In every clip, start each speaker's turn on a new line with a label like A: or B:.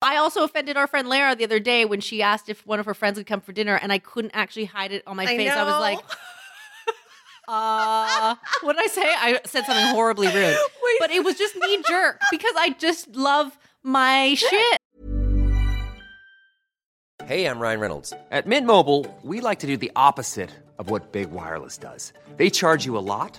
A: I also offended our friend Lara the other day when she asked if one of her friends would come for dinner, and I couldn't actually hide it on my
B: I
A: face. I was
B: know.
A: like, uh, what did I say? I said something horribly rude.
B: Wait.
A: But it was just knee jerk because I just love my shit.
C: Hey, I'm Ryan Reynolds. At Mint Mobile, we like to do the opposite of what Big Wireless does. They charge you a lot,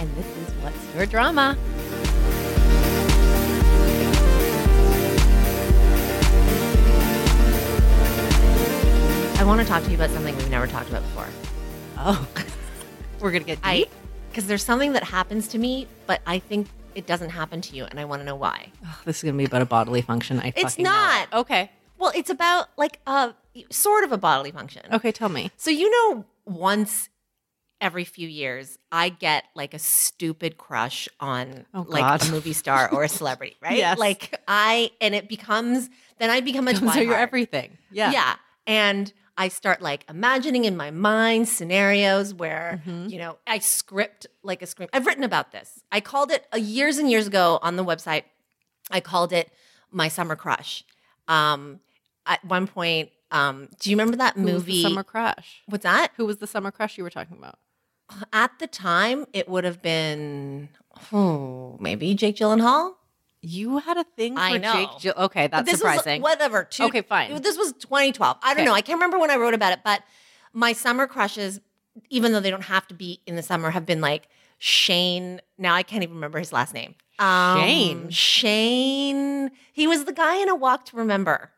A: and this is What's Your Drama?
B: I want to talk to you about something we've never talked about before.
A: Oh, we're going to get
B: I,
A: deep.
B: because there's something that happens to me, but I think it doesn't happen to you, and I want to know why.
A: this is going to be about a bodily function. I
B: It's
A: fucking know
B: not.
A: it. Okay.
B: Well, it's about like a sort of a bodily function.
A: Okay, tell me.
B: So you know, once every few years, I get like a stupid crush on
A: Oh,
B: like
A: God.
B: a movie star or a celebrity, right?
A: Yes.
B: Like I, and it becomes then I become a
A: Comes out your
B: twihard.
A: everything. Yeah.
B: Yeah. And I start like imagining in my mind scenarios where,
A: Mm-hmm.
B: you know, I script like a scream. I've written about this. I called it uh, years and years ago on the website. I called it my summer crush. Um, at one point, um, do you remember that
A: Who was the
B: movie?
A: summer crush.
B: What's that?
A: Who was the summer crush you were talking about?
B: At the time, it would have been, oh, maybe Jake Gyllenhaal.
A: You had a thing for
B: I know.
A: Jake Gil- Okay,
B: But
A: that's
B: this
A: surprising.
B: Was, whatever. Two,
A: Okay, fine.
B: This was 2012. I don't
A: Okay.
B: know. I can't remember when I wrote about it, but my summer crushes, even though they don't have to be in the summer, have been like Shane. Now I can't even remember his last name. Um,
A: Shane?
B: Shane. He was the guy in A Walk to Remember.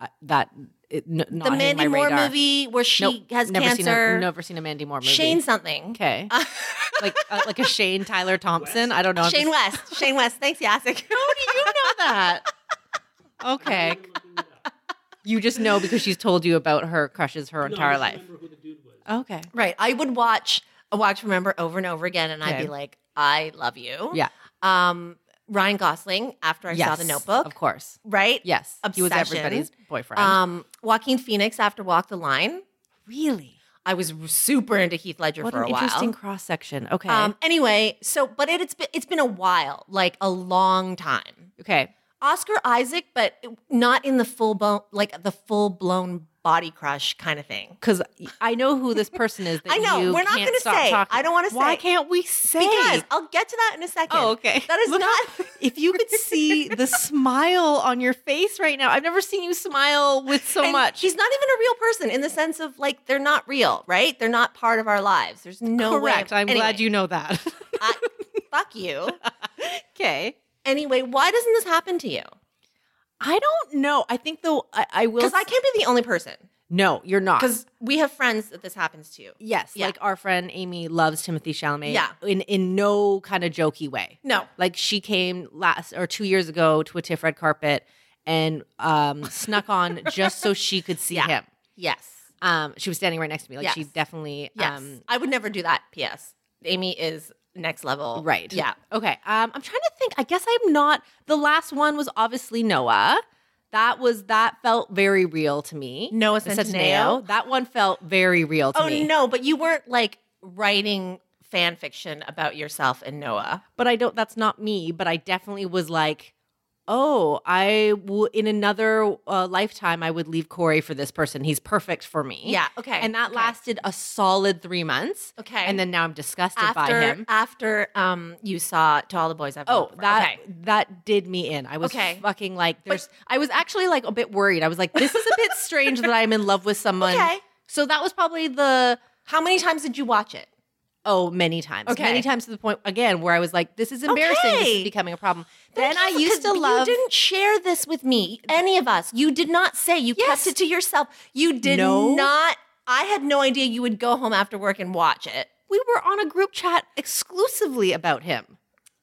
A: Uh, that it, n- not
B: the
A: hitting
B: Mandy
A: my
B: Moore
A: radar.
B: movie where she
A: Nope,
B: has
A: never
B: cancer.
A: Seen a, never seen a Mandy Moore movie.
B: Shane something.
A: Okay. like uh, like a Shane Tyler Thompson. I don't know. I'm
B: Shane
A: just-
B: West. Shane West. Thanks, Yasik.
A: How do you know that? Okay. You just know because she's told you about her crushes her entire life. Okay.
B: Right. I would watch A Walk to Remember over and over again, and I'd
A: Okay.
B: be like, I love you.
A: Yeah.
B: Um, Ryan Gosling after I saw
A: Yes,
B: The Notebook.
A: Of course.
B: Right?
A: Yes. He was
B: Obsession.
A: everybody's boyfriend.
B: Um, Joaquin Phoenix after Walk the Line.
A: really?
B: I was r- super into Heath Ledger
A: What
B: for
A: an
B: a while.
A: interesting cross section. Okay.
B: Um, anyway, so but it, it's been it's been a while, like a long time.
A: okay.
B: Oscar Isaac, but not in the full bone, like the full blown body crush kind of thing.
A: Because I know who this person is. That
B: I know.
A: you
B: We're not
A: can't
B: gonna
A: stop
B: say.
A: talking-
B: I don't wanna
A: Why
B: say.
A: can't we say?
B: Because I'll get to that in a second.
A: Oh, okay.
B: That is
A: Look
B: not.
A: if you could see the smile on your face right now, I've never seen you smile with so
B: And
A: much.
B: He's not even a real person in the sense of like they're not real, right? They're not part of our lives. There's no way.
A: correct. I'm glad you know that.
B: I, fuck you.
A: okay.
B: Anyway, why doesn't this happen to you?
A: I don't know. I think though I, I will.
B: Because I can't be the only person.
A: No, you're not.
B: Because we have friends that this happens to.
A: yes,
B: Yeah.
A: like our friend Amy loves Timothy Chalamet.
B: Yeah.
A: In in no kind of jokey way.
B: No.
A: Like she came last or two years ago to a TIFF red carpet and um, snuck on just so she could see
B: Yeah.
A: him.
B: Yes.
A: Um, she was standing right next to me. Like she
B: Yes.
A: definitely.
B: Yes.
A: Um,
B: I would never do that. P.S. Amy is next level.
A: Right.
B: Yeah.
A: Okay. Um, I'm trying to think. I guess I'm not. The last one was obviously Noah. That was that felt very real to me.
B: Noah
A: The
B: Centineo?
A: Centineo. That one felt very real to
B: oh
A: me.
B: no, but you weren't like writing fan fiction about yourself and Noah.
A: But I don't. That's not me. But I definitely was like, oh, I w- in another uh, lifetime I would leave Corey for this person. He's perfect for me.
B: Yeah. Okay.
A: And that
B: okay.
A: lasted a solid three months.
B: Okay.
A: And then now I'm disgusted by
B: after
A: him.
B: after um you saw to all the boys I've Known
A: Oh,
B: Before.
A: that
B: Okay.
A: that did me in. I was
B: Okay.
A: fucking like, there's. I was actually like a bit worried. I was like, this is a bit strange that I'm in love with someone.
B: Okay.
A: So that was probably the
B: How many times did you watch it?
A: oh many times,
B: Okay.
A: many times to the point again where I was like, this is embarrassing. This
B: Okay.
A: is becoming a problem. Then I used to
B: Because
A: love.
B: You didn't share this with me, any of us. You did not say. You
A: Yes.
B: kept it to yourself. You did
A: No.
B: not. I had no idea you would go home after work and watch it.
A: we were on a group chat exclusively about him.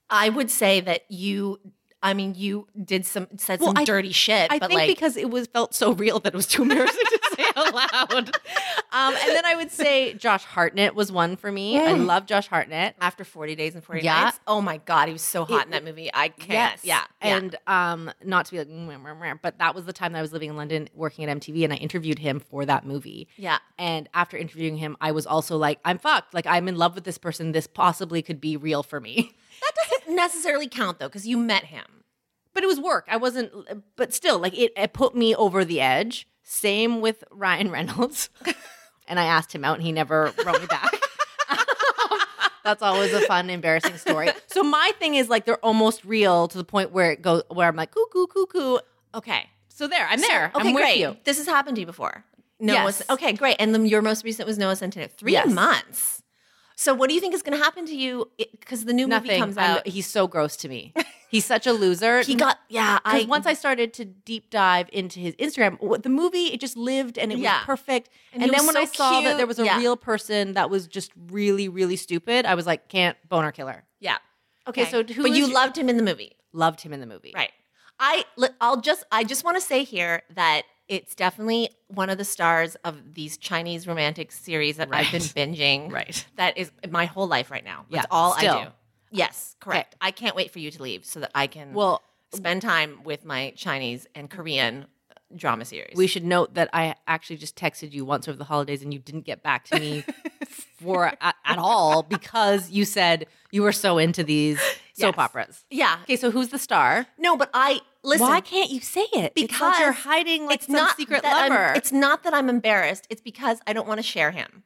B: I would say that you I mean, you did some said
A: Well,
B: some
A: I-
B: dirty shit,
A: I
B: but
A: think
B: like
A: because it was felt so real that it was too embarrassing to say out loud. Um, and then I would say Josh Hartnett was one for me. I love Josh Hartnett.
B: after 40 days and 40
A: Yeah.
B: nights. Oh my god, he was so hot in that movie. I can't. Yeah. yeah.
A: And um, not to be like, "Mm, mm, mm, mm," but that was the time that I was living in London working at MTV and I interviewed him for that movie.
B: Yeah.
A: And after interviewing him, I was also like, I'm fucked. Like, I'm in love with this person. This possibly could be real for me.
B: that doesn't necessarily count though cuz you met him.
A: But it was work. I wasn't, but still, like, it, it put me over the edge. Same with Ryan Reynolds. and I asked him out and he never wrote me back. That's always a fun, embarrassing story. So my thing is like they're almost real to the point where it goes where I'm like cuckoo cuckoo,
B: Okay.
A: So there, I'm
B: So-
A: there.
B: Okay,
A: I'm with
B: great.
A: you.
B: This has happened to you before. No,
A: Yes.
B: okay, great. And then your most recent was Noah Centineo. Three
A: Yes.
B: months. So what do you think is going to happen to you? Because the new movie
A: Nothing.
B: comes
A: I'm-
B: out.
A: he's so gross to me. He's such a loser.
B: he got yeah. I
A: Because once I started to deep dive into his Instagram, what- the movie it just lived and it
B: Yeah.
A: was perfect.
B: And
A: And,
B: he
A: then
B: was
A: when I
B: so
A: saw
B: cute.
A: that there was a
B: Yeah.
A: real person that was just really, really stupid, I was like, can't boner killer.
B: yeah.
A: Okay, so who
B: but
A: is
B: you
A: your-
B: loved him in the movie,
A: Loved him in the movie.
B: right? I li- I'll just I just want to say here that it's definitely one of the stars of these Chinese romantic series that I've been binging.
A: Right.
B: That is my whole life right now. That's
A: Yeah,
B: all I
A: still.
B: do. Yes, correct. I can't wait for you to leave so that I can
A: Well,
B: spend time with my Chinese and Korean drama series.
A: we should note that I actually just texted you once over the holidays and you didn't get back to me for at, at all because you said you were so into these soap operas.
B: yeah.
A: Okay, so who's the star?
B: No, but I listen.
A: Why can't you say it? It's like
B: Because
A: you're hiding like some secret
B: that I'm-
A: lover.
B: it's not that I'm embarrassed. It's because I don't want to share him.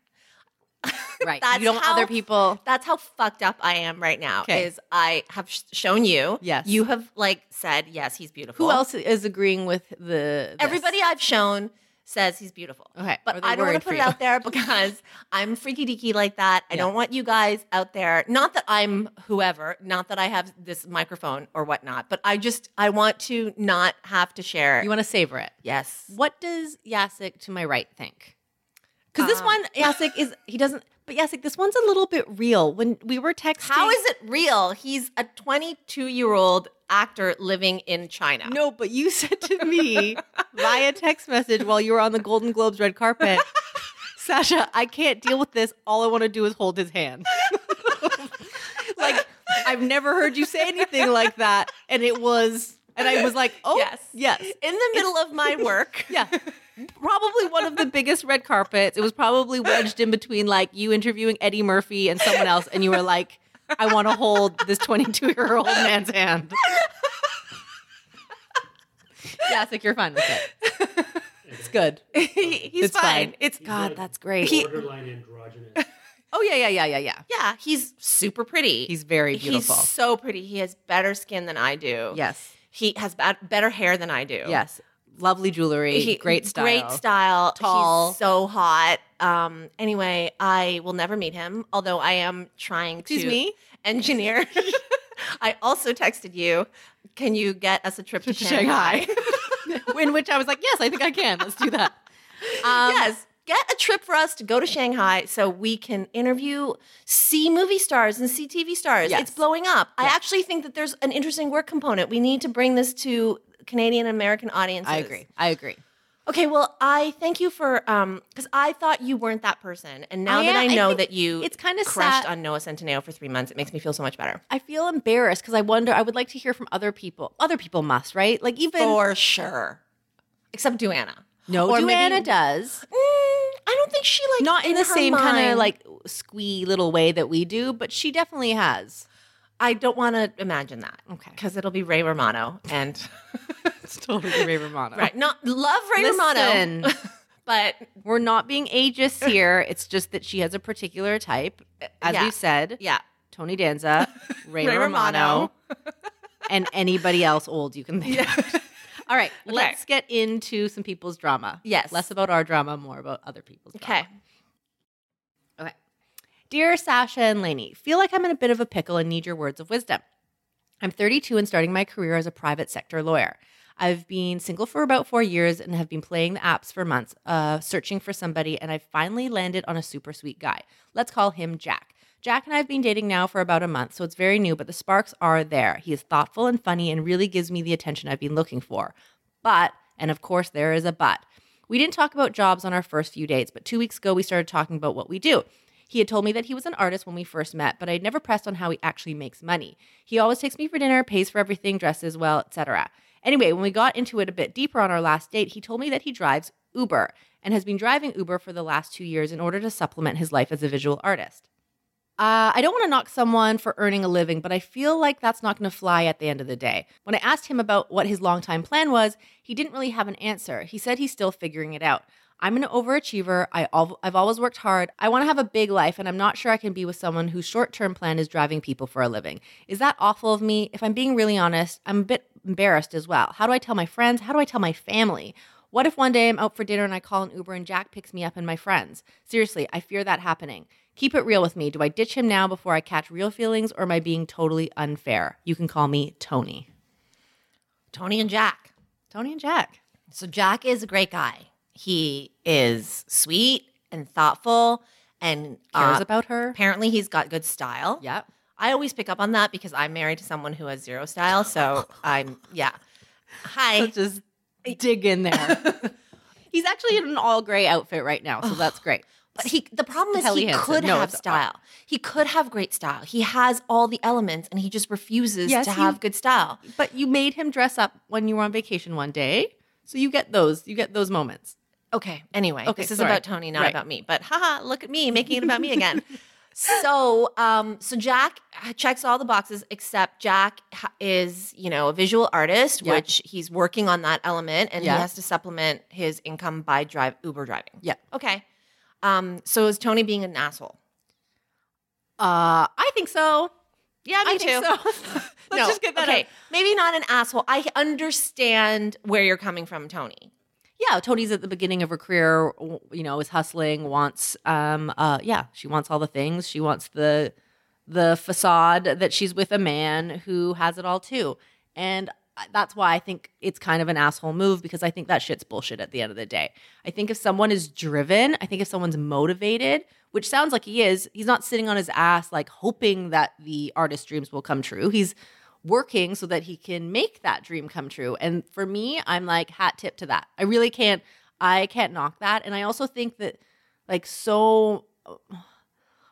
A: right.
B: That's
A: you don't want
B: how-
A: other people.
B: That's how fucked up I am right now.
A: 'Kay.
B: Is I have sh- shown you.
A: Yes.
B: You have like said yes. He's beautiful.
A: Who else is agreeing with the this?
B: Everybody I've shown says he's beautiful.
A: Okay, are
B: But
A: they
B: I don't want
A: worried
B: to
A: for
B: put it
A: you?
B: out there because I'm freaky deaky like that. I don't want you guys out there. Not that I'm whoever, not that I have this microphone or whatnot, but I just I want to not have to share.
A: You want to savor it.
B: yes.
A: What does Yasik to my right think? Because this
B: Um.
A: one, Yasik is he doesn't. But Yasik, this one's a little bit real. When we were texting,
B: How is it real? He's a 22 year old actor living in China.
A: No, but you said to me via text message while you were on the Golden Globes red carpet, Sasha, I can't deal with this. All I want to do is hold his hand. like, I've never heard you say anything like that. And it was, and I was like, oh,
B: Yes.
A: yes. Yes.
B: In the middle of my work.
A: Yeah. Probably one of the biggest red carpets. It was probably wedged in between like you interviewing Eddie Murphy and someone else, and you were like, I want to hold this 22 year old man's hand. Yeah, it's like you're fine with it. It's good.
B: he- he's
A: It's fine.
B: It's
A: God, that's great.
D: borderline androgynous.
A: oh, yeah, yeah, yeah, yeah, yeah.
B: Yeah, he's super pretty.
A: He's very beautiful.
B: He's so pretty. He has better skin than I do.
A: Yes.
B: He has bad, better hair than I do.
A: Yes. Lovely jewelry.
B: He-
A: great style.
B: Great style.
A: Tall.
B: He's so hot. Um, anyway, I will never meet him, although I am trying
A: Excuse
B: to
A: me?
B: engineer. I also texted you, can you get us a trip to, Shanghai?
A: In which I was like, yes, I think I can. Let's do that. Um,
B: yes. Get a trip for us to go to Shanghai so we can interview C movie stars and C TV stars.
A: Yes.
B: It's blowing up. I actually think that there's an interesting work component. We need to bring this to Canadian and American audiences.
A: I agree. I agree.
B: Okay, well, I thank you for um because I thought you weren't that person, and now
A: I am-
B: that I
A: I
B: know
A: think
B: that you
A: it's kinda
B: crushed
A: sad-
B: on Noah Centineo for three months, it makes me feel so much better.
A: I feel embarrassed because I wonder. I would like to hear from other people. Other people must, right? Like even
B: For sure, except Duanna.
A: no,
B: or maybe-
A: Joanna does
B: Mm, I don't think she like
A: not in, the
B: her
A: same kind
B: mind-
A: of like squee little way that we do, but she definitely has.
B: I don't want to imagine that.
A: Okay.
B: because it'll be Ray Romano and
A: It's totally Ray Romano.
B: right. Not love Ray Romano,
A: Listen,
B: but
A: we're not being ageist here. It's just that she has a particular type, as
B: Yeah.
A: we've said.
B: yeah,
A: Tony Danza, Ray,
B: Ray
A: Romano,
B: Romano.
A: and anybody else old you can think. of. All right,
B: Okay.
A: let's get into some people's drama.
B: Yes.
A: less about our drama, more about other people's. drama.
B: okay.
A: Okay. Dear Sasha and Lainey, feel like I'm in a bit of a pickle and need your words of wisdom. I'm 32 and starting my career as a private sector lawyer. I've been single for about four years and have been playing the apps for months, uh, searching for somebody, and I finally landed on a super sweet guy. Let's call him Jack. Jack and I have been dating now for about a month, so it's very new, but the sparks are there. He is thoughtful and funny and really gives me the attention I've been looking for. But, and of course, there is a but. We didn't talk about jobs on our first few dates, but two weeks ago we started talking about what we do. He had told me that he was an artist when we first met, but I'd never pressed on how he actually makes money. He always takes me for dinner, pays for everything, dresses well, etc. Anyway, when we got into it a bit deeper on our last date, he told me that he drives Uber and has been driving Uber for the last 2 years in order to supplement his life as a visual artist. Uh, I don't want to knock someone for earning a living, but I feel like that's not going to fly at the end of the day. When I asked him about what his longtime plan was, he didn't really have an answer. He said he's still figuring it out. I'm an overachiever. I al- I've always worked hard. I want to have a big life, and I'm not sure I can be with someone whose short term plan is driving people for a living. Is that awful of me? If I'm being really honest, I'm a bit embarrassed as well. How do I tell my friends? How do I tell my family? What if one day I'm out for dinner and I call an Uber and Jack picks me up and my friends? Seriously, I fear that happening. Keep it real with me. Do I ditch him now before I catch real feelings or am I being totally unfair? You can call me Tony.
B: Tony and Jack.
A: Tony and Jack.
B: So Jack is a great guy. He is sweet and thoughtful and
A: Cares
B: uh,
A: about her.
B: apparently he's got good style.
A: Yep.
B: I always pick up on that because I'm married to someone who has zero style. So I'm yeah. Hi.
A: Just dig in there. He's actually in an all gray outfit right now, so that's great.
B: But he the problem is
A: Helly
B: he
A: handsome.
B: could
A: No,
B: have
A: it's- uh,
B: style. He could have great style. He has all the elements and he just refuses
A: Yes,
B: to
A: he-
B: have good style.
A: But you made him dress up when you were on vacation one day. So you get those. You get those moments.
B: Okay. Anyway,
A: Okay,
B: this is
A: sorry.
B: about Tony, not
A: Right.
B: about me. But haha, look at me making it about me again. So, um, so Jack checks all the boxes except Jack ha- is, you know, a visual artist,
A: Yeah.
B: which he's working on that element, and
A: Yeah.
B: he has to supplement his income by drive Uber driving.
A: Yeah.
B: Okay. Um, so is Tony being an asshole?
A: Uh, I think so. Yeah, me
B: I
A: too.
B: think
A: So. Let's
B: No.
A: just get that
B: Okay,
A: out.
B: maybe not an asshole. I understand where you're coming from, Tony.
A: yeah, Tony's at the beginning of her career, w- you know, is hustling, wants um uh yeah, she wants all the things. She wants the the facade that she's with a man who has it all too. And I- that's why I think it's kind of an asshole move because I think that shit's bullshit at the end of the day. I think if someone is driven, I think if someone's motivated, which sounds like he is, he's not sitting on his ass like hoping that the artist's dreams will come true. He's working so that he can make that dream come true. And for me, I'm like hat tip to that. I really can't I can't knock that. And I also think that like so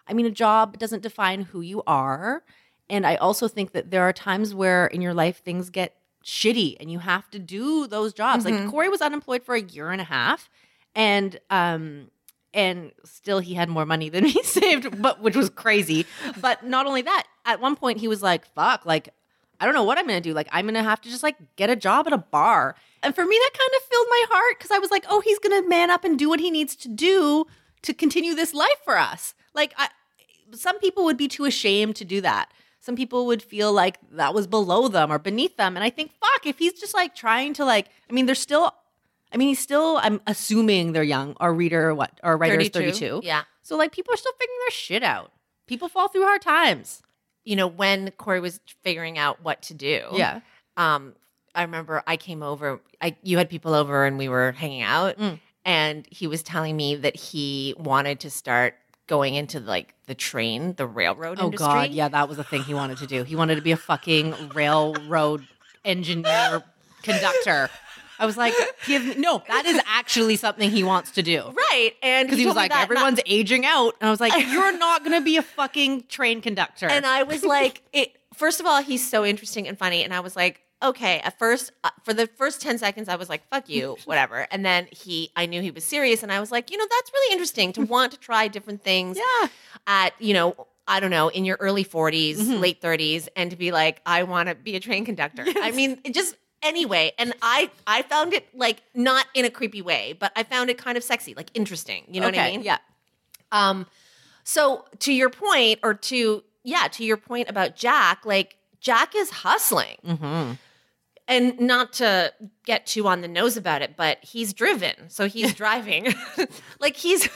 A: I mean a job doesn't define who you are. And I also think that there are times where in your life things get shitty and you have to do those jobs. Like Corey was unemployed for a year and a half and um and still he had more money than he saved but which was crazy but not only that at one point he was like fuck like i don't know what i'm gonna do like i'm gonna have to just like get a job at a bar and for me that kind of filled my heart because i was like oh he's gonna man up and do what he needs to do to continue this life for us like i some people would be too ashamed to do that some people would feel like that was below them or beneath them and i think fuck if he's just like trying to like i mean they're still i mean he's still i'm assuming they're young our reader what our writer is 32
B: Yeah.
A: so like people are still figuring their shit out. People fall through hard times.
B: You know, when Corey was figuring out what to do. um i remember i came over i you had people over and we were hanging out
A: Mm.
B: and he was telling me that he wanted to start going into like the train the railroad
A: Oh
B: industry
A: god, yeah, that was the thing he wanted to do. He wanted to be a fucking railroad engineer conductor. I was like, give me no, that is actually something he wants to do.
B: right and
A: Because he, was
B: told me
A: like,
B: that,
A: everyone's aging out. And I was like, you're not gonna be a fucking train conductor.
B: and uh, i was like it first of all he's so interesting and funny and i was like okay at first uh, for the first 10 seconds i was like fuck you whatever and then he i knew he was serious and i was like you know that's really interesting to want to try different things
A: yeah.
B: at you know i don't know in your early 40s late 30s and to be like i want to be a train conductor i mean it just anyway and i i found it like not in a creepy way but i found it kind of sexy like interesting you know what i mean
A: Yeah.
B: um so to your point or to yeah to your point about jack like jack is hustling
A: Mm-hmm.
B: and not to get too on the nose about it, but he's driven. So he's driving. like he's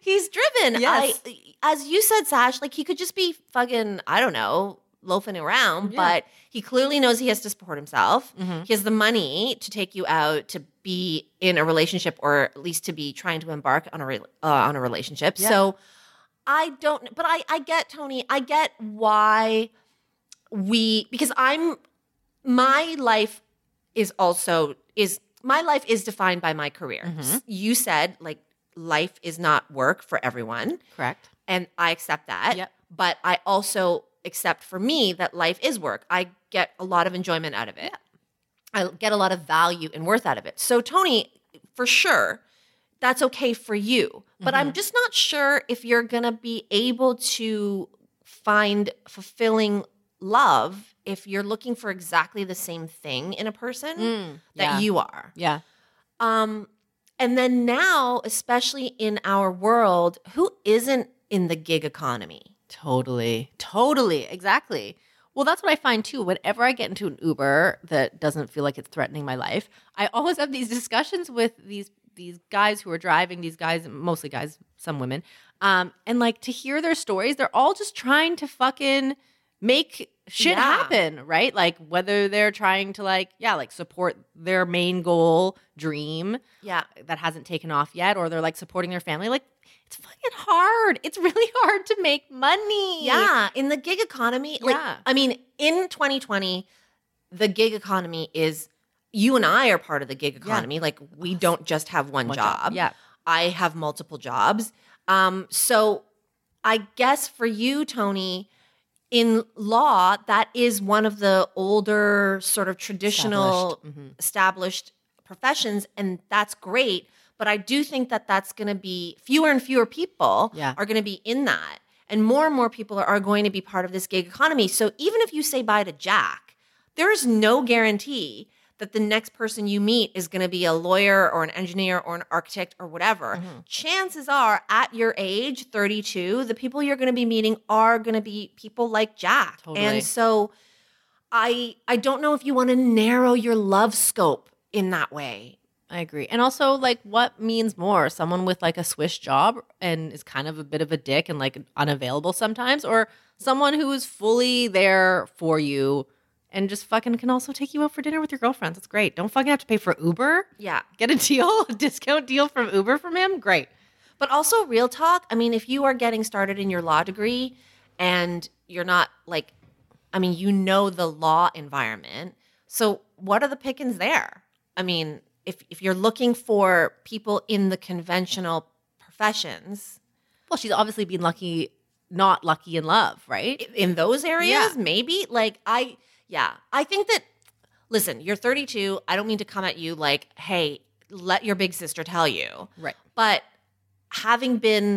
B: he's driven.
A: Yes.
B: I as you said, Sash, like he could just be fucking, I don't know, loafing around,
A: Yeah.
B: but he clearly knows he has to support himself.
A: Mhm.
B: He has the money to take you out to be in a relationship or at least to be trying to embark on a re- uh, on a relationship.
A: Yeah.
B: So I don't, but I, I get Tony. I get why we because I'm my life is also is my life is defined by my career. S- You said like life is not work for everyone,
A: Correct.
B: and I accept that.
A: Yep.
B: But I also accept for me that life is work. I get a lot of enjoyment out of it. I get a lot of value and worth out of it. So Tony, for sure, that's okay for you. But
A: Mm-hmm.
B: I'm just not sure if you're going to be able to find fulfilling love if you're looking for exactly the same thing in a person that
A: Mm, yeah.
B: you are.
A: Yeah.
B: Um, and then now, especially in our world, who isn't in the gig economy?
A: Totally. Totally. Exactly. Well, that's what I find too. Whenever I get into an Uber that doesn't feel like it's threatening my life, I always have these discussions with these these guys who are driving, these guys, mostly guys, some women. Um, and like to hear their stories, they're all just trying to fucking make shit
B: Yeah.
A: happen, right? Like whether they're trying to like, yeah, like support their main goal, dream,
B: Yeah.
A: that hasn't taken off yet or they're like supporting their family like it's fucking hard it's really hard to make money
B: Yeah, in the gig economy, like
A: Yeah.
B: I mean, in 2020, the gig economy is you and I are part of the gig economy. Like we don't just have one,
A: One
B: job.
A: job, yeah.
B: I have multiple jobs. Um so I guess for you Tony, in law that is one of the older sort of traditional
A: Established. Mhm.
B: established professions and that's great but i do think that that's going to be fewer and fewer people
A: Yeah.
B: are going to be in that and more and more people are going to be part of this gig economy so even if you say bye to jack there is no guarantee that the next person you meet is going to be a lawyer or an engineer or an architect or whatever chances are at your age 32 the people you're going to be meeting are going to be people like jack
A: Totally.
B: and so I I don't know if you want to narrow your love scope in that way.
A: i agree and also like what means more someone with like a swish job and is kind of a bit of a dick and like unavailable sometimes or someone who is fully there for you and just fucking can also take you out for dinner with your girlfriends that's great don't fucking have to pay for uber
B: Yeah.
A: get a deal a discount deal from uber from him great
B: But also real talk, I mean if you are getting started in your law degree and you're not like I mean you know the law environment. So what are the pickings there? I mean, if if you're looking for people in the conventional professions
A: well she's obviously been lucky not lucky in love right
B: in those areas
A: Yeah.
B: maybe like I yeah, I think that listen, you're 32, I don't mean to come at you like, "Hey, let your big sister tell you."
A: right
B: But having been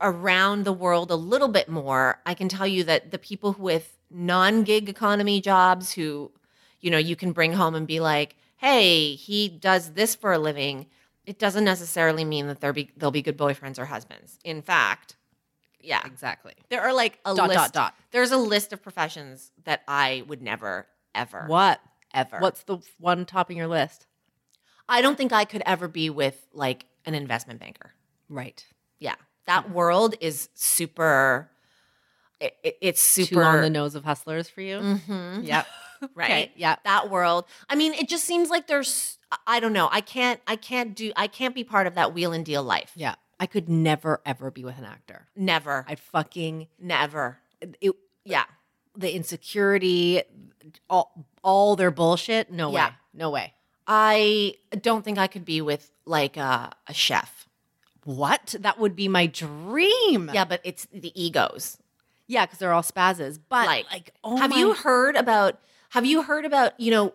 B: around the world a little bit more, I can tell you that the people with non gig economy jobs who, you know, you can bring home and be like, hey, he does this for a living, it doesn't necessarily mean that they'll be, they'll be good boyfriends or husbands. In fact, yeah.
A: exactly
B: There are like a
A: Dot,
B: list.
A: dot, dot.
B: There's a list of professions that I would never, ever,
A: What?
B: ever.
A: What's the one topping your list?
B: I don't think I could ever be with like an investment banker.
A: Right.
B: yeah that world is super it, it- it's super
A: Two on the nose of hustlers for you.
B: Mhm,
A: Yep.
B: right
A: Okay, yeah.
B: that world i mean it just seems like there's i don't know i can't i can't do i can't be part of that wheel and deal life
A: Yeah. I could never ever be with an actor.
B: never
A: I fucking
B: never
A: it,
B: yeah
A: the insecurity, all all their bullshit. No
B: Yeah.
A: way. No way.
B: i don't think i could be with like a, a chef
A: What? That would be my dream.
B: yeah but it's the egos
A: Yeah, because they're all spazzes. But
B: like,
A: like, oh
B: have
A: my-
B: you heard about have you heard about you know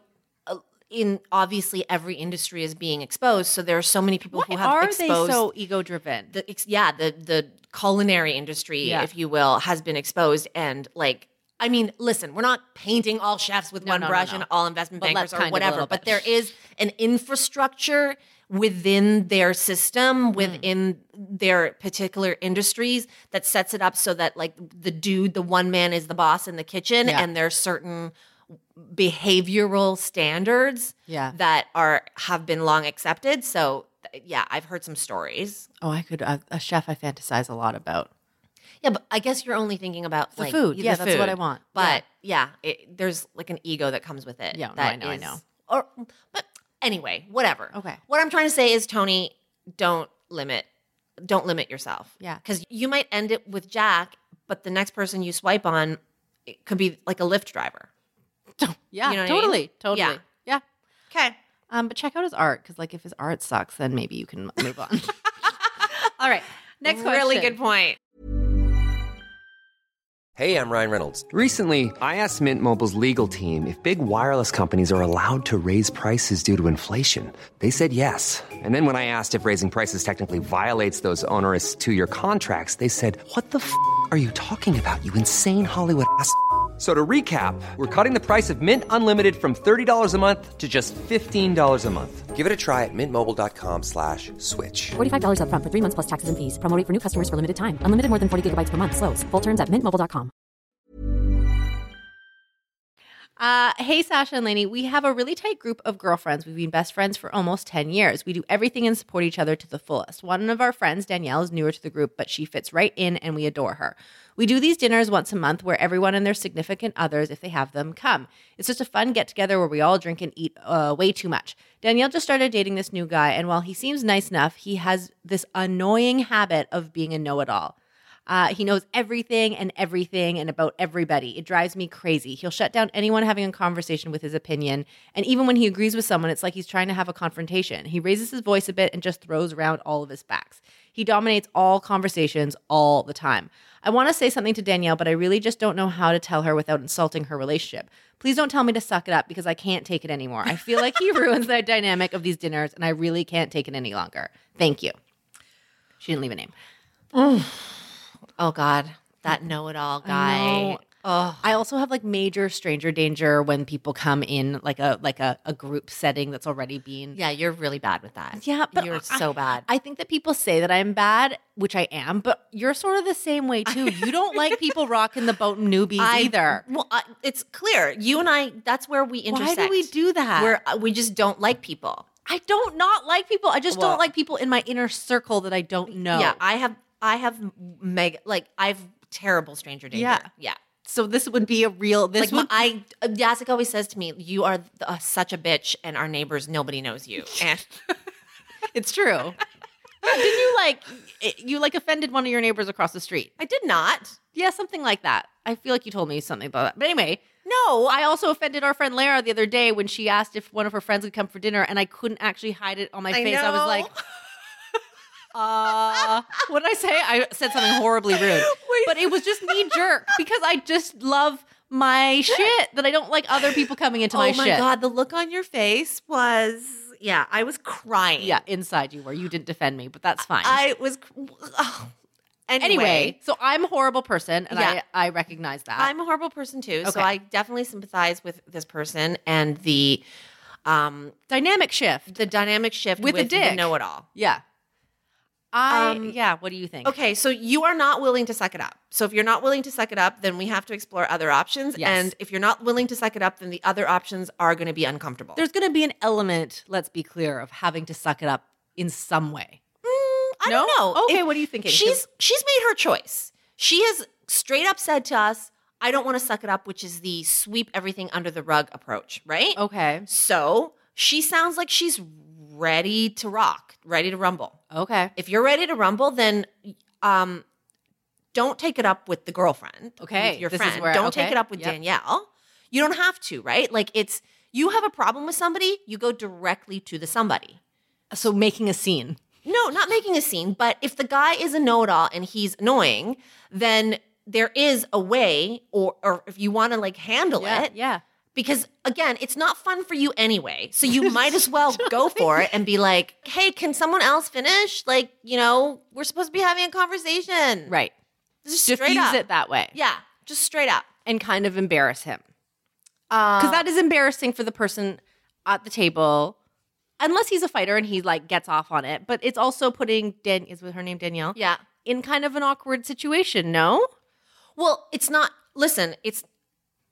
B: uh, in obviously every industry is being exposed so there are so many people
A: why
B: who have
A: are
B: exposed
A: they so ego driven?
B: the ex- yeah the the culinary industry
A: Yeah.
B: if you will has been exposed and like i mean listen we're not painting all chefs with
A: No,
B: one
A: no, no,
B: brush
A: no.
B: and all investment
A: But
B: bankers
A: let's
B: or
A: kind of a
B: whatever
A: little
B: but
A: bit.
B: there is an infrastructure within their
A: Mm.
B: system within their particular industries that sets it up so that like the dude the one man is the boss in the kitchen
A: Yeah.
B: and there's certain behavioral standards
A: Yeah.
B: that are have been long accepted so th- yeah i've heard some stories
A: Oh, I could uh, a chef. I fantasize a lot about.
B: yeah, but I guess you're only thinking about
A: The
B: like,
A: food.
B: the
A: Yeah, that's what I
B: food.
A: want.
B: But yeah, it, there's like an ego that comes with it.
A: Yeah, no,
B: that
A: I know, I know.
B: Or but anyway, whatever.
A: Okay.
B: What I'm trying to say is, Tony, don't limit don't limit yourself.
A: Yeah.
B: Because you might end it with Jack, but the next person you swipe on it could be like a Lyft driver.
A: Yeah,
B: You know what I mean?
A: totally, totally.
B: Yeah.
A: yeah.
B: Okay.
A: Um, but check out his art because, like, if his art sucks, then maybe you can move on. Oh, All right, next question.
B: Really good point.
C: Hey, I'm Ryan Reynolds. Recently, I asked Mint Mobile's legal team if big wireless companies are allowed to raise prices due to inflation. They said yes. And then when I asked if raising prices technically violates those onerous two year contracts, they said, What the f are you talking about, you insane Hollywood ass? f- So to recap, we're cutting the price of Mint Unlimited from $30 a month to just $15 a month. Give it a try at mintmobile.com slash switch.
E: $45 upfront for three months plus taxes and fees. Promo rate for new customers for limited time. Unlimited more than 40 gigabytes per month. Slows. Full terms at mintmobile.com.
A: Uh, hey, Sasha and Lainey, we have a really tight group of girlfriends. We've been best friends for almost 10 years. We do everything and support each other to the fullest. One of our friends, Danielle, is newer to the group, but she fits right in and we adore her. We do these dinners once a month where everyone and their significant others, if they have them, come. It's just a fun get together where we all drink and eat uh, way too much. Danielle just started dating this new guy, and while he seems nice enough, he has this annoying habit of being a know it all. Uh, he knows everything and everything and about everybody. It drives me crazy. He'll shut down anyone having a conversation with his opinion. And even when he agrees with someone, it's like he's trying to have a confrontation. He raises his voice a bit and just throws around all of his facts. He dominates all conversations all the time. I want to say something to Danielle, but I really just don't know how to tell her without insulting her relationship. Please don't tell me to suck it up because I can't take it anymore. I feel like he ruins the dynamic of these dinners and I really can't take it any longer. Thank you. She didn't leave a name.
B: Oh God, that know-it-all guy.
A: know. I also have like major stranger danger when people come in like a like a, a group setting that's already been.
B: Yeah, you're really bad with that.
A: Yeah, but
B: you're
A: I-
B: so bad.
A: I think that people say that I'm bad, which I am, but you're sort of the same way too. You don't like people rocking the boat and newbies either.
B: Well, I, it's clear you and I. That's where we
A: Why
B: intersect.
A: do we do that?
B: Where uh, we just don't like people.
A: I don't not like people. I just
B: Well-
A: don't like people in my inner circle that I don't know.
B: Yeah, I have. I have mega. Like I've terrible stranger danger.
A: Yeah.
B: yeah.
A: so this would be a real this
B: like
A: would
B: my, I, Jessica always says to me, "You are th- uh, such a bitch, and our neighbors, nobody knows you." And
A: it's true. Didn't you like it- you like offended one of your neighbors across the street?
B: I did not.
A: Yeah, something like that. I feel like you told me something about that. But anyway,
B: No, I,
A: I also offended our friend Lara the other day when she asked if one of her friends would come for dinner, and I couldn't actually hide it on my
B: I
A: face. I
B: know.
A: was like, uh, what did I say? I said something horribly rude. But it was just knee jerk because I just love my shit that I don't like other people coming into
B: oh
A: my,
B: my
A: shit.
B: god, the look on your face was. Yeah, I was crying.
A: Yeah, inside you were. You didn't defend me, but that's fine.
B: I was. cr- Oh.
A: anyway,
B: Anyway,
A: so I'm a horrible person, and
B: Yeah.
A: I, I recognize that.
B: I'm a horrible person too, so
A: Uh, Okay.
B: I definitely sympathize with this person and the um
A: Dynamic shift.
B: the dynamic shift
A: With a dick.
B: know it all.
A: Yeah. I
B: Um,
A: yeah. What do you think?
B: Okay, so you are not willing to suck it up. So if you're not willing to suck it up, then we have to explore other options.
A: Yes.
B: And if you're not willing to suck it up, then the other options are going to be uncomfortable.
A: there's going to be an element, let's be clear, of having to suck it up in some way.
B: Mm, I
A: no?
B: don't know.
A: Okay, what are you thinking? 'Cause-
B: She's she's made her choice. She has straight up said to us, "I don't want to suck it up," which is the sweep everything under the rug approach, right?
A: Okay.
B: So she sounds like she's ready to rock, ready to rumble.
A: Okay.
B: If you're ready to rumble, then um, don't take it up with the girlfriend.
A: Okay,
B: with your
A: this is
B: friend.
A: where-
B: don't
A: okay,
B: take it up with
A: yep.
B: Danielle. You don't have to, right? Like it's you have a problem with somebody, you go directly to the somebody.
A: So making a scene.
B: No, not making a scene, but if the guy is a know-it-all and he's annoying, then there is a way, or or if you want to like handle it,
A: Yeah.
B: because again, it's not fun for you anyway. So you might as well go for it and be like, hey, can someone else finish? Like, you know, we're supposed to be having a conversation.
A: Right.
B: Just straight
A: Diffuse
B: up.
A: it that way
B: Yeah. Just straight up.
A: and kind of embarrass him.
B: Uh,
A: Because that is embarrassing for the person at the table. Unless he's a fighter and he like gets off on it, but it's also putting Dan is with her name Danielle
B: yeah.
A: in kind of an awkward situation. No,
B: Well, it's not listen, it's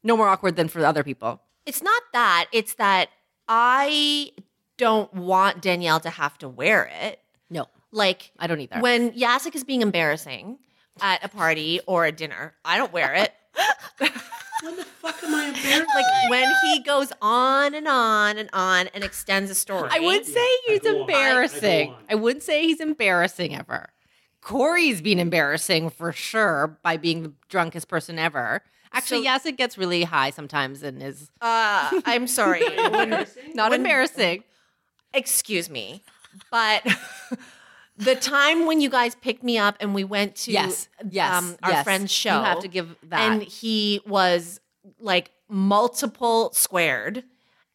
A: no more awkward than for the other people.
B: it's not that. It's that I don't want Danielle to have to wear it.
A: No,
B: Like
A: I don't either.
B: when Yasik is being embarrassing at a party or a dinner, I don't wear it.
D: When the fuck am I embarrassed?
B: like
A: Oh
B: when he goes on and on and on and extends a story.
A: I would say
D: I
A: he's
D: go on. I go
A: embarrassing.
D: on.
A: I wouldn't say he's embarrassing ever. Corey's been embarrassing for sure by being the drunkest person ever. Actually,
B: So-
A: yes, it gets really high sometimes and is
B: Uh, I'm sorry.
A: not embarrassing.
B: Excuse me. But the time when you guys picked me up and we went to um,
A: Yes, yes,
B: our
A: yes.
B: friend's
A: You
B: show.
A: have to give that.
B: And he was like multiple squared.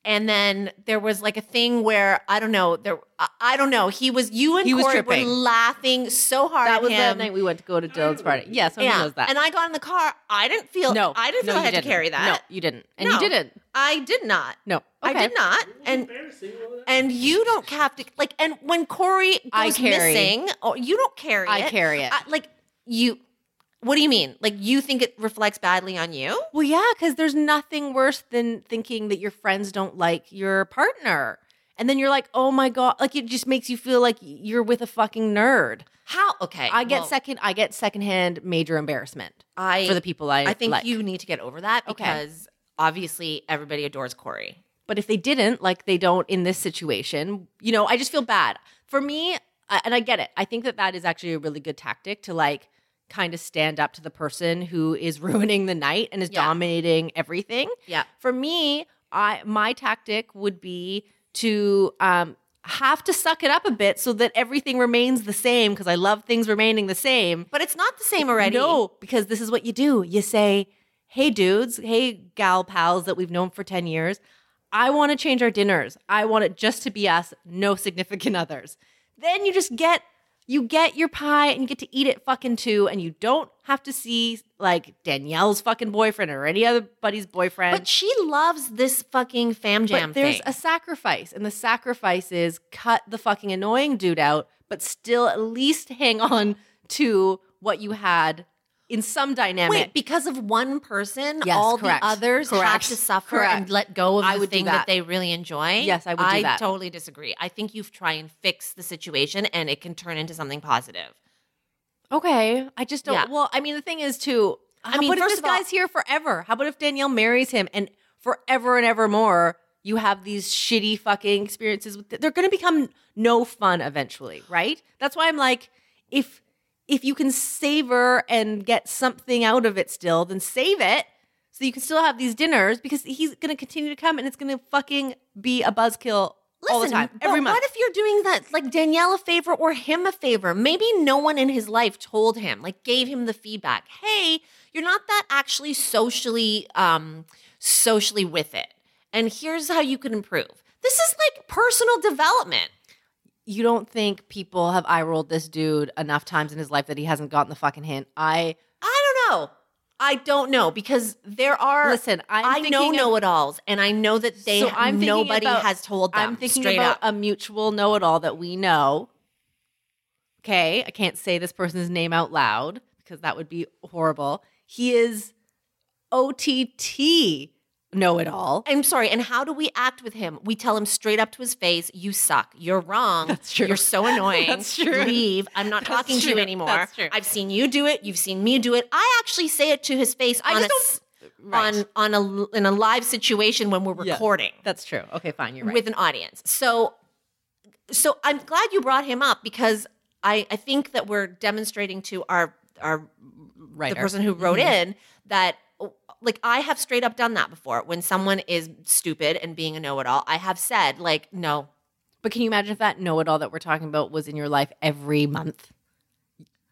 B: And then there was like a thing where I don't know there I- I don't know he was you and
A: He was
B: Corey
A: tripping.
B: were laughing so hard
A: That
B: at
A: was
B: him.
A: the night we went to go to Dylan's party. Yes, yeah,
B: yeah,
A: knows that.
B: and I got in the car. I didn't feel
A: no,
B: I didn't
A: no,
B: feel I
A: you
B: had
A: didn't.
B: to carry that.
A: No, you didn't, and you
B: No.
A: didn't.
B: I did not.
A: No,
B: I
A: Okay.
B: did not. And
D: Embarrassing.
B: and you don't have to like. And when Corey goes
A: I carry.
B: missing, oh, you don't carry.
A: I
B: it.
A: carry it.
B: like you. What do you mean? Like you think it reflects badly on you?
A: Well, yeah, because there's nothing worse than thinking that your friends don't like your partner. And then you're like, oh my God. Like it just makes you feel like you're with a fucking nerd.
B: How? Okay,
A: I get
B: well,
A: second I get secondhand major embarrassment
B: I
A: for the people I
B: I think
A: like.
B: you need to get over that
A: Okay.
B: because obviously everybody adores Corey.
A: but if they didn't, like they don't in this situation, you know, I just feel bad. For me, I- and I get it. I think that that is actually a really good tactic to like kind of stand up to the person who is ruining the night and is
B: Yeah.
A: dominating everything.
B: Yeah.
A: For me, I my tactic would be to um have to suck it up a bit so that everything remains the same because I love things remaining the same.
B: But it's not the same already.
A: No, because this is what you do. You say, hey, dudes, hey, gal pals that we've known for 10 years, I want to change our dinners. I want it just to be us, no significant others. Then you just get. You get your pie and you get to eat it fucking too, and you don't have to see like Danielle's fucking boyfriend or any other buddy's boyfriend.
B: But she loves this fucking fam jam
A: But there's
B: thing.
A: a sacrifice, and the sacrifice is cut the fucking annoying dude out, but still at least hang on to what you had in some dynamic.
B: Wait, because of one person,
A: Yes,
B: all
A: correct.
B: the others have
A: Correct.
B: to suffer
A: Correct.
B: and let go of
A: I
B: the
A: would do
B: thing that.
A: that.
B: they really enjoy.
A: Yes, I would do
B: I
A: that.
B: totally disagree. I think you try and fix the situation, and it can turn into something positive.
A: okay, I just don't.
B: Yeah.
A: Well, I mean, the thing is too. I
B: I mean,
A: mean,
B: first
A: if this
B: of all-
A: guy's here forever? How about if Danielle marries him and forever and ever more? You have these shitty fucking experiences with. They're going to become no fun eventually, right? That's why I'm like, if if you can savor and get something out of it still, then save it so you can still have these dinners because he's going to continue to come and it's going to fucking be a buzzkill all the time,
B: but
A: every month.
B: What if you're doing that, like Danielle a favor or him a favor? Maybe no one in his life told him, like, gave him the feedback. Hey, you're not that actually socially, um, socially with it, and here's how you could improve. This is like personal development.
A: you don't think people have eye rolled this dude enough times in his life that he hasn't gotten the fucking hint. I
B: I don't know. I don't know because there are.
A: listen. I'm
B: i
A: thinking
B: know
A: of-
B: know-it-alls, and I know that they.
A: So I'm thinking
B: nobody
A: about-
B: has told them.
A: I'm thinking
B: straight
A: about
B: up.
A: a mutual know-it-all that we know. Okay, I can't say this person's name out loud because that would be horrible. He is OTT know-it-all.
B: I'm sorry. And how do we act with him? We tell him straight up to his face, "You suck. You're wrong. That's
A: true.
B: You're so annoying.
A: That's true.
B: Leave. I'm not talking to
A: true.
B: you anymore.
A: That's true.
B: I've seen you do it. You've seen me do it. I actually say it to his face.
A: I
B: on
A: just
B: a, don't. On on a in a live situation when we're
A: Yeah.
B: recording
A: That's true. Okay, fine. You're right.
B: with an audience. So so I'm glad you brought him up because I I think that we're demonstrating to our our
A: Writer. Mm-hmm.
B: the person who wrote in that oh, like I have straight up done that before when someone is stupid and being a know-it-all I have said like no
A: But can you imagine if that know-it-all that we're talking about was in your life every month?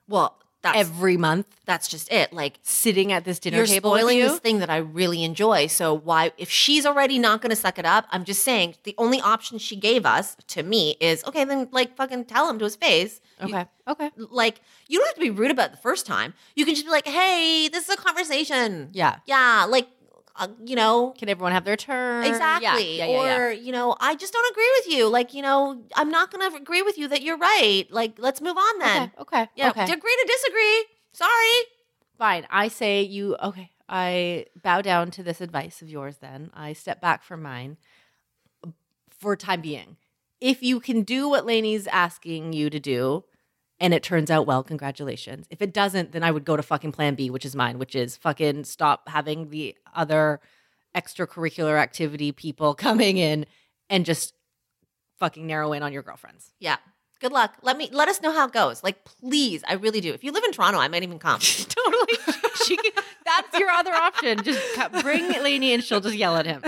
B: well that's
A: Every month,
B: that's just it like
A: sitting at this dinner
B: you're
A: table with
B: spoiling
A: you?
B: this thing that I really enjoy so why if she's already not going to suck it up I'm just saying the only option she gave us to me is okay then like fucking tell him to his face You-
A: Okay. okay.
B: like you don't have to be rude about it the first time. You can just be like, "Hey, this is a conversation."
A: Yeah.
B: yeah, like uh, you know,
A: Can everyone have their turn?
B: exactly.
A: Yeah. Yeah. yeah, yeah.
B: Or you know, I just don't agree with you. Like you know, I'm not going to agree with you that you're right. Like let's move on then.
A: okay. Okay.
B: Yeah,
A: okay.
B: agree to disagree. Sorry.
A: Fine. I say you. Okay. I bow down to this advice of yours. Then I step back from mine for time being. If you can do what Lainey's asking you to do, and it turns out well, congratulations. If it doesn't, then I would go to fucking Plan B, which is mine, which is fucking stop having the other extracurricular activity people coming in and just fucking narrow in on your girlfriends.
B: Yeah,
A: Good luck. Let me let us know how it goes. Like, please, I really do. If you live in Toronto, I might even come.
B: totally. She can, that's your other option. Just cut, bring Lainey and she'll just yell at him.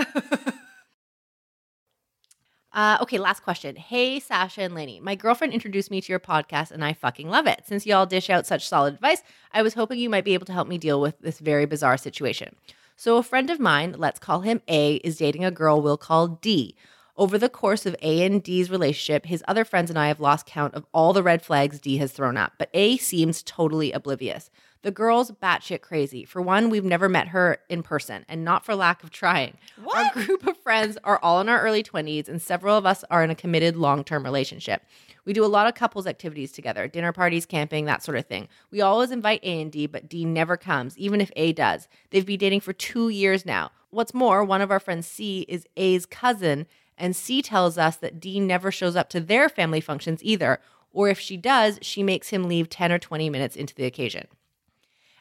B: Uh, okay, last question. Hey, Sasha and Lainey. My girlfriend introduced me to your podcast and I fucking love it. Since y'all dish out such solid advice, I was hoping you might be able to help me deal with this very bizarre situation. So, a friend of mine, let's call him A, is dating a girl we'll call D. Over the course of A and D's relationship, his other friends and I have lost count of all the red flags D has thrown up, but A seems totally oblivious. The girl's batshit crazy. For one, we've never met her in person, and not for lack of trying. Our group of friends are all in our early 20s, and several of us are in a committed long term relationship. We do a lot of couples activities together dinner parties, camping, that sort of thing. We always invite A and D, but D never comes, even if A does. They've been dating for two years now. What's more, one of our friends, C, is A's cousin, and C tells us that D never shows up to their family functions either, or if she does, she makes him leave 10 or 20 minutes into the occasion.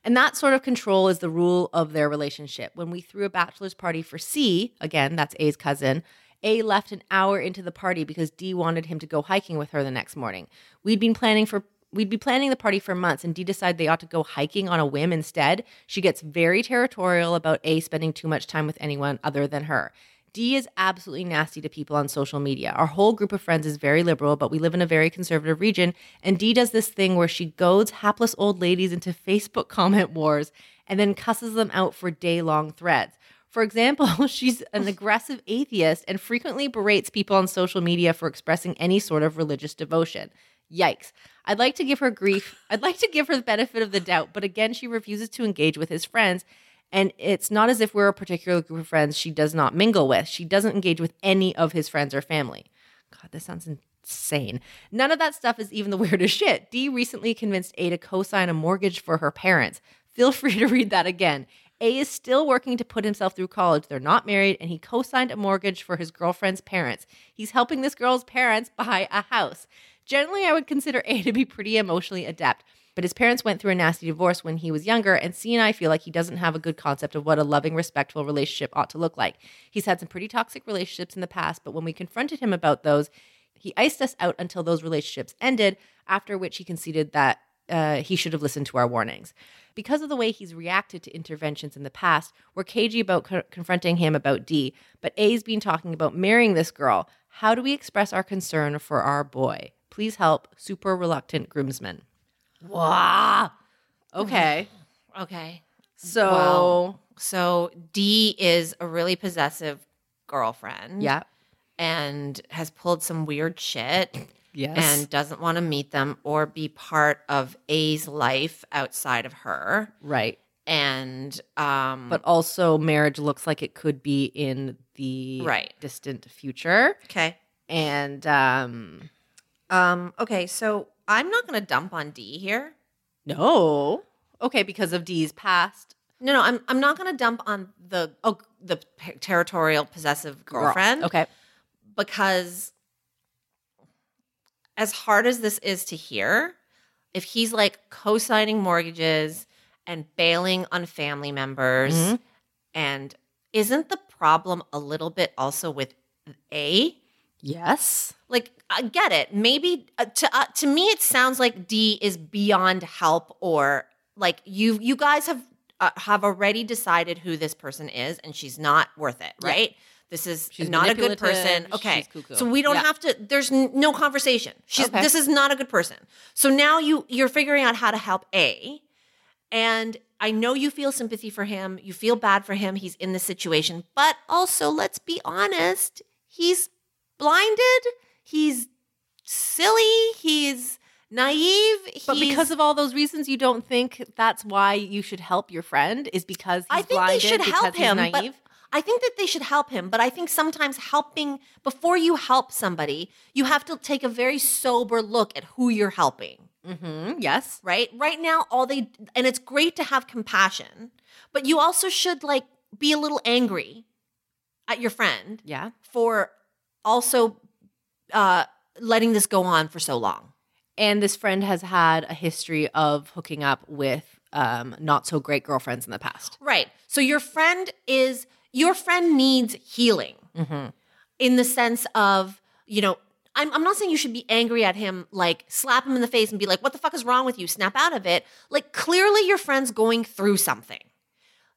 B: And that sort of control is the rule of their relationship. When we threw a bachelor's party for C, again, that's A's cousin, A left an hour into the party because D wanted him to go hiking with her the next morning. We'd been planning for we'd be planning the party for months and D decided they ought to go hiking on a whim instead. She gets very territorial about A spending too much time with anyone other than her. D is absolutely nasty to people on social media. Our whole group of friends is very liberal, but we live in a very conservative region. And D does this thing where she goads hapless old ladies into Facebook comment wars and then cusses them out for day long threads. For example, she's an aggressive atheist and frequently berates people on social media for expressing any sort of religious devotion. Yikes. I'd like to give her grief. I'd like to give her the benefit of the doubt, but again, she refuses to engage with his friends. And it's not as if we're a particular group of friends she does not mingle with. She doesn't engage with any of his friends or family. God, this sounds insane. None of that stuff is even the weirdest shit. Dee recently convinced A to co sign a mortgage for her parents. Feel free to read that again. A is still working to put himself through college. They're not married, and he co signed a mortgage for his girlfriend's parents. He's helping this girl's parents buy a house. Generally, I would consider A to be pretty emotionally adept, but his parents went through a nasty divorce when he was younger, and C and I feel like he doesn't have a good concept of what a loving, respectful relationship ought to look like. He's had some pretty toxic relationships in the past, but when we confronted him about those, he iced us out until those relationships ended, after which he conceded that uh, he should have listened to our warnings. Because of the way he's reacted to interventions in the past, we're cagey about co- confronting him about D, but A's been talking about marrying this girl. How do we express our concern for our boy? Please help, super reluctant groomsman. Wow. Okay.
A: Okay.
B: So,
A: Wow. So D is a really possessive girlfriend.
B: yeah.
A: And has pulled some weird shit
B: Yes.
A: and doesn't want to meet them or be part of A's life outside of her.
B: right.
A: And um
B: But also, marriage looks like it could be in the
A: Right.
B: distant future.
A: okay.
B: And um
A: Um okay, so I'm not going to dump on D here.
B: no. Okay, because of Dee's past.
A: No, no, I'm I'm not going to dump on the oh, the p- territorial possessive
B: girl.
A: girlfriend.
B: Okay.
A: because as hard as this is to hear, if he's like co-signing mortgages and bailing on family members
B: Mhm.
A: and isn't the problem a little bit also with A?
B: Yes.
A: Like I get it. Maybe uh, to uh, to me it sounds like D is beyond help or like you you guys have uh, have already decided who this person is and she's not worth it,
B: Yeah.
A: right? This is not a good person.
B: manipulative.
A: Okay.
B: She's cuckoo.
A: So we don't
B: Yeah.
A: have to there's n- no conversation. She's
B: Okay.
A: this is not a good person. So now you you're figuring out how to help A and I know you feel sympathy for him. You feel bad for him. He's in this situation. But also, let's be honest, he's blinded. He's silly. He's naive.
B: But
A: he's-
B: because of all those reasons, you don't think that's why you should help your friend is because he's
A: I think they
B: blinded,
A: should
B: because
A: help
B: he's
A: him.
B: Naive.
A: But I think that they should help him, but I think sometimes helping before you help somebody, you have to take a very sober look at who you're helping.
B: Mm-hmm. Yes.
A: right? Right now, all they and it's great to have compassion, but you also should like be a little angry at your friend
B: Yeah.
A: for also uh, letting this go on for so long.
B: And this friend has had a history of hooking up with um, not so great girlfriends in the past.
A: Right. So your friend is your friend needs healing in the sense of you know
B: I'm, I'm not saying you should be angry at him, like slap him in the face and be like, what the fuck is wrong with you? Snap out of it. Like, clearly your friend's going through something.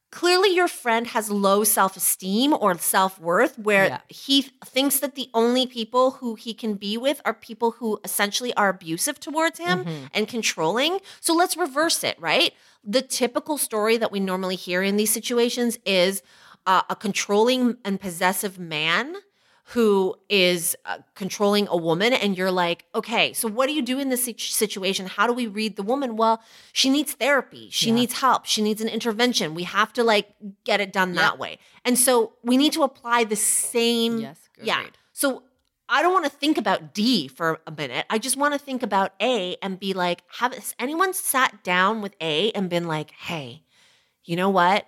B: Clearly your friend has low self esteem or self worth where
A: Yeah.
B: he th- thinks that the only people who he can be with are people who essentially are abusive towards him and controlling. So let's reverse it, right? The typical story that we normally hear in these situations is uh, a controlling and possessive man who is uh, controlling a woman and you're like okay so what do you do in this situ- situation how do we read the woman well she needs therapy she needs help she needs an intervention we have to like get it done that way and so we need to apply the same
A: Yes,
B: yeah
A: agreed.
B: so i don't want to think about d for a minute i just want to think about a and be like have has anyone sat down with a and been like hey you know what?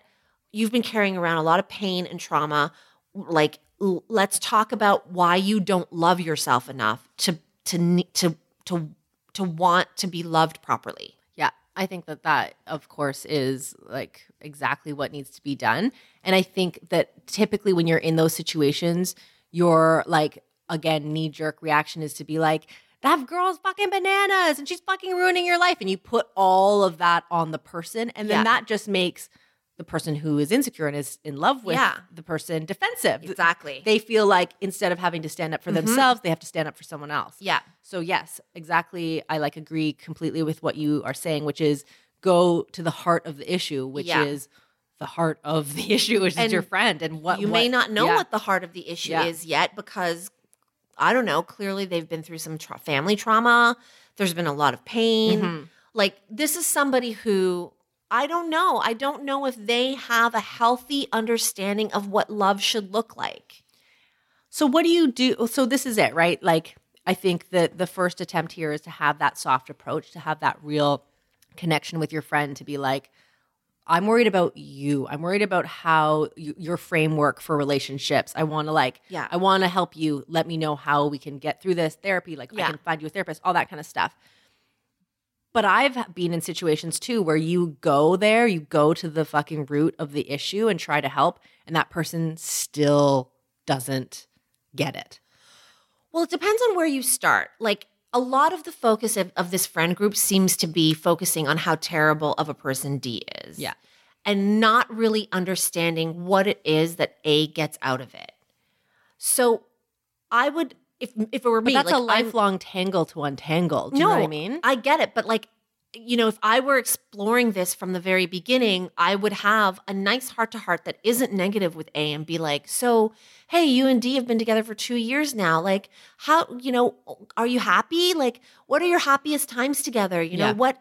B: You've been carrying around a lot of pain and trauma. Like, l- let's talk about why you don't love yourself enough to to ne- to to to want to be loved properly.
A: Yeah, I think that that, of course, is like exactly what needs to be done. And I think that typically when you're in those situations, your like, again, knee jerk reaction is to be like, that girl's fucking bananas and she's fucking ruining your life. And you put all of that on the person. And then
B: Yeah.
A: that just makes the person who is insecure and is in love with
B: Yeah.
A: the person defensive. Th-
B: Exactly.
A: They feel like instead of having to stand up for themselves, they have to stand up for someone else.
B: Mm-hmm. yeah.
A: So yes, exactly. I like agree completely with what you are saying, which is go to the heart of the issue, which
B: Yeah.
A: is the heart of the issue, which
B: And
A: is your friend and what
B: you may
A: what-
B: not know
A: yeah.
B: what the heart of the issue
A: Yeah.
B: is yet because I don't know. Clearly, they've been through some tra- family trauma. There's been a lot of pain.
A: Mm-hmm.
B: Like, this is somebody who I don't know. I don't know if they have a healthy understanding of what love should look like.
A: So what do you do? So this is it, right? Like I think that the first attempt here is to have that soft approach, to have that real connection with your friend, to be like, I'm worried about you. I'm worried about how you, your framework for relationships. I want to like,
B: Yeah.
A: I want to help you. Let me know how we can get through this therapy. Like,
B: Yeah.
A: I can find you a therapist, all that kind of stuff. But I've been in situations too where you go there, you go to the fucking root of the issue and try to help, and that person still doesn't get it.
B: Well, it depends on where you start. Like a lot of the focus of, of this friend group seems to be focusing on how terrible of a person D is.
A: Yeah.
B: And not really understanding what it is that A gets out of it. So I would if if it were
A: But
B: me,
A: that's
B: like,
A: a
B: I'm-
A: lifelong tangle to untangle. Do you know what I mean?
B: I get it, but like, you know, if I were exploring this from the very beginning, I would have a nice heart to heart that isn't negative with A and be like, so, hey, you and D have been together for two years now. Like, how, you know, are you happy? Like, what are your happiest times together? You know,
A: Yeah.
B: what,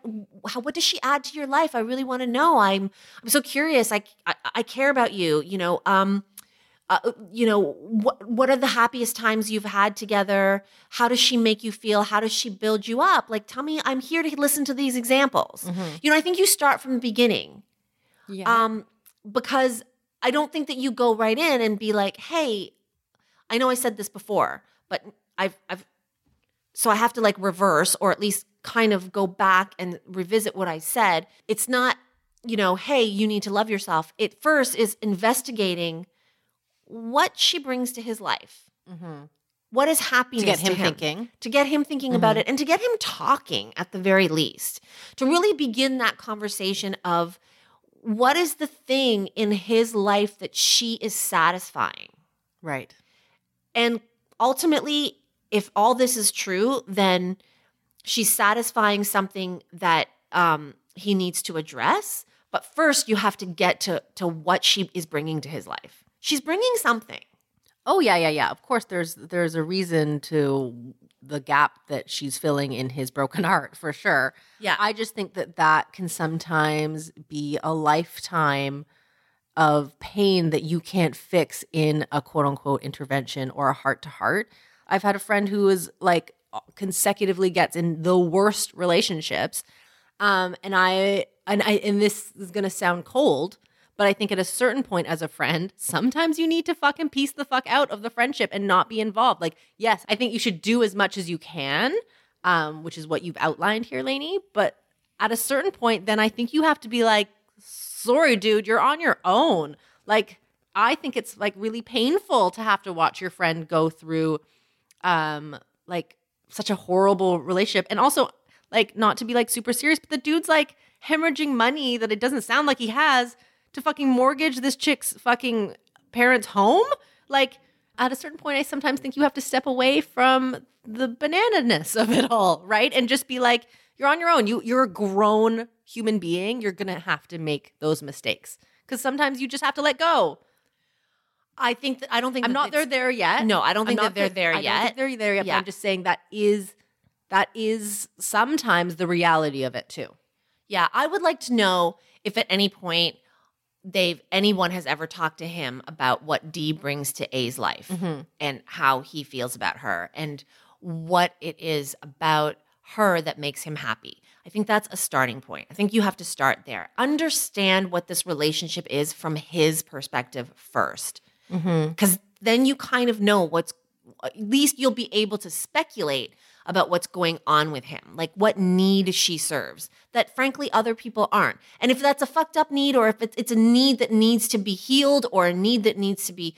B: how, what does she add to your life? I really want to know. I'm, I'm so curious. I, I, I care about you, you know, um, uh, you know what what are the happiest times you've had together how does she make you feel how does she build you up like tell me i'm here to listen to these examples you know i think you start from the beginning
A: yeah.
B: um because i don't think that you go right in and be like hey i know i said this before but i've i've so i have to like reverse or at least kind of go back and revisit what i said it's not you know hey you need to love yourself it first is investigating what she brings to his life what is happiness
A: Mm-hmm. to get him,
B: to him
A: thinking.
B: to get him thinking about it and to get him talking at the very least to really begin that conversation of what is the thing in his life that she is satisfying
A: Right.
B: and ultimately if all this is true then she's satisfying something that um, he needs to address but first you have to get to to what she is bringing to his life she's bringing something
A: Oh yeah, yeah, yeah. Of course there's there's a reason to the gap that she's filling in his broken heart for sure.
B: yeah
A: I just think that that can sometimes be a lifetime of pain that you can't fix in a quote unquote intervention or a heart to heart. I've had a friend who is like uh, consecutively gets in the worst relationships. Um, and I and I and this is gonna sound cold, but I think at a certain point as a friend, sometimes you need to fucking piece the fuck out of the friendship and not be involved. Like, yes, I think you should do as much as you can, um, which is what you've outlined here, Lainey. But at a certain point, then I think you have to be like, sorry, dude, you're on your own. Like, I think it's like really painful to have to watch your friend go through um like such a horrible relationship. And also, like, not to be like super serious, but the dude's like hemorrhaging money that it doesn't sound like he has to fucking mortgage this chick's fucking parents' home. Like, at a certain point, I sometimes think you have to step away from the banananess of it all, right? And just be like, you're on your own. You you're a grown human being. You're gonna have to make those mistakes. Cause sometimes you just have to let go.
B: I think that I don't think
A: I'm
B: that
A: not
B: it's-
A: they're there yet.
B: No, I don't
A: I'm
B: think that
A: not
B: they're
A: thi-
B: there
A: I don't
B: yet.
A: think they're there yet. but
B: Yeah.
A: I'm just saying that is that is sometimes the reality of it too.
B: Yeah, I would like to know if at any point they've anyone has ever talked to him about what D brings to A's life and how he feels about her and what it is about her that makes him happy. I think that's a starting point. I think you have to start there. Understand what this relationship is from his perspective first. Cuz then you kind of know what's at least you'll be able to speculate about what's going on with him, like what need she serves that frankly other people aren't. And if that's a fucked up need or if it's, it's a need that needs to be healed or a need that needs to be,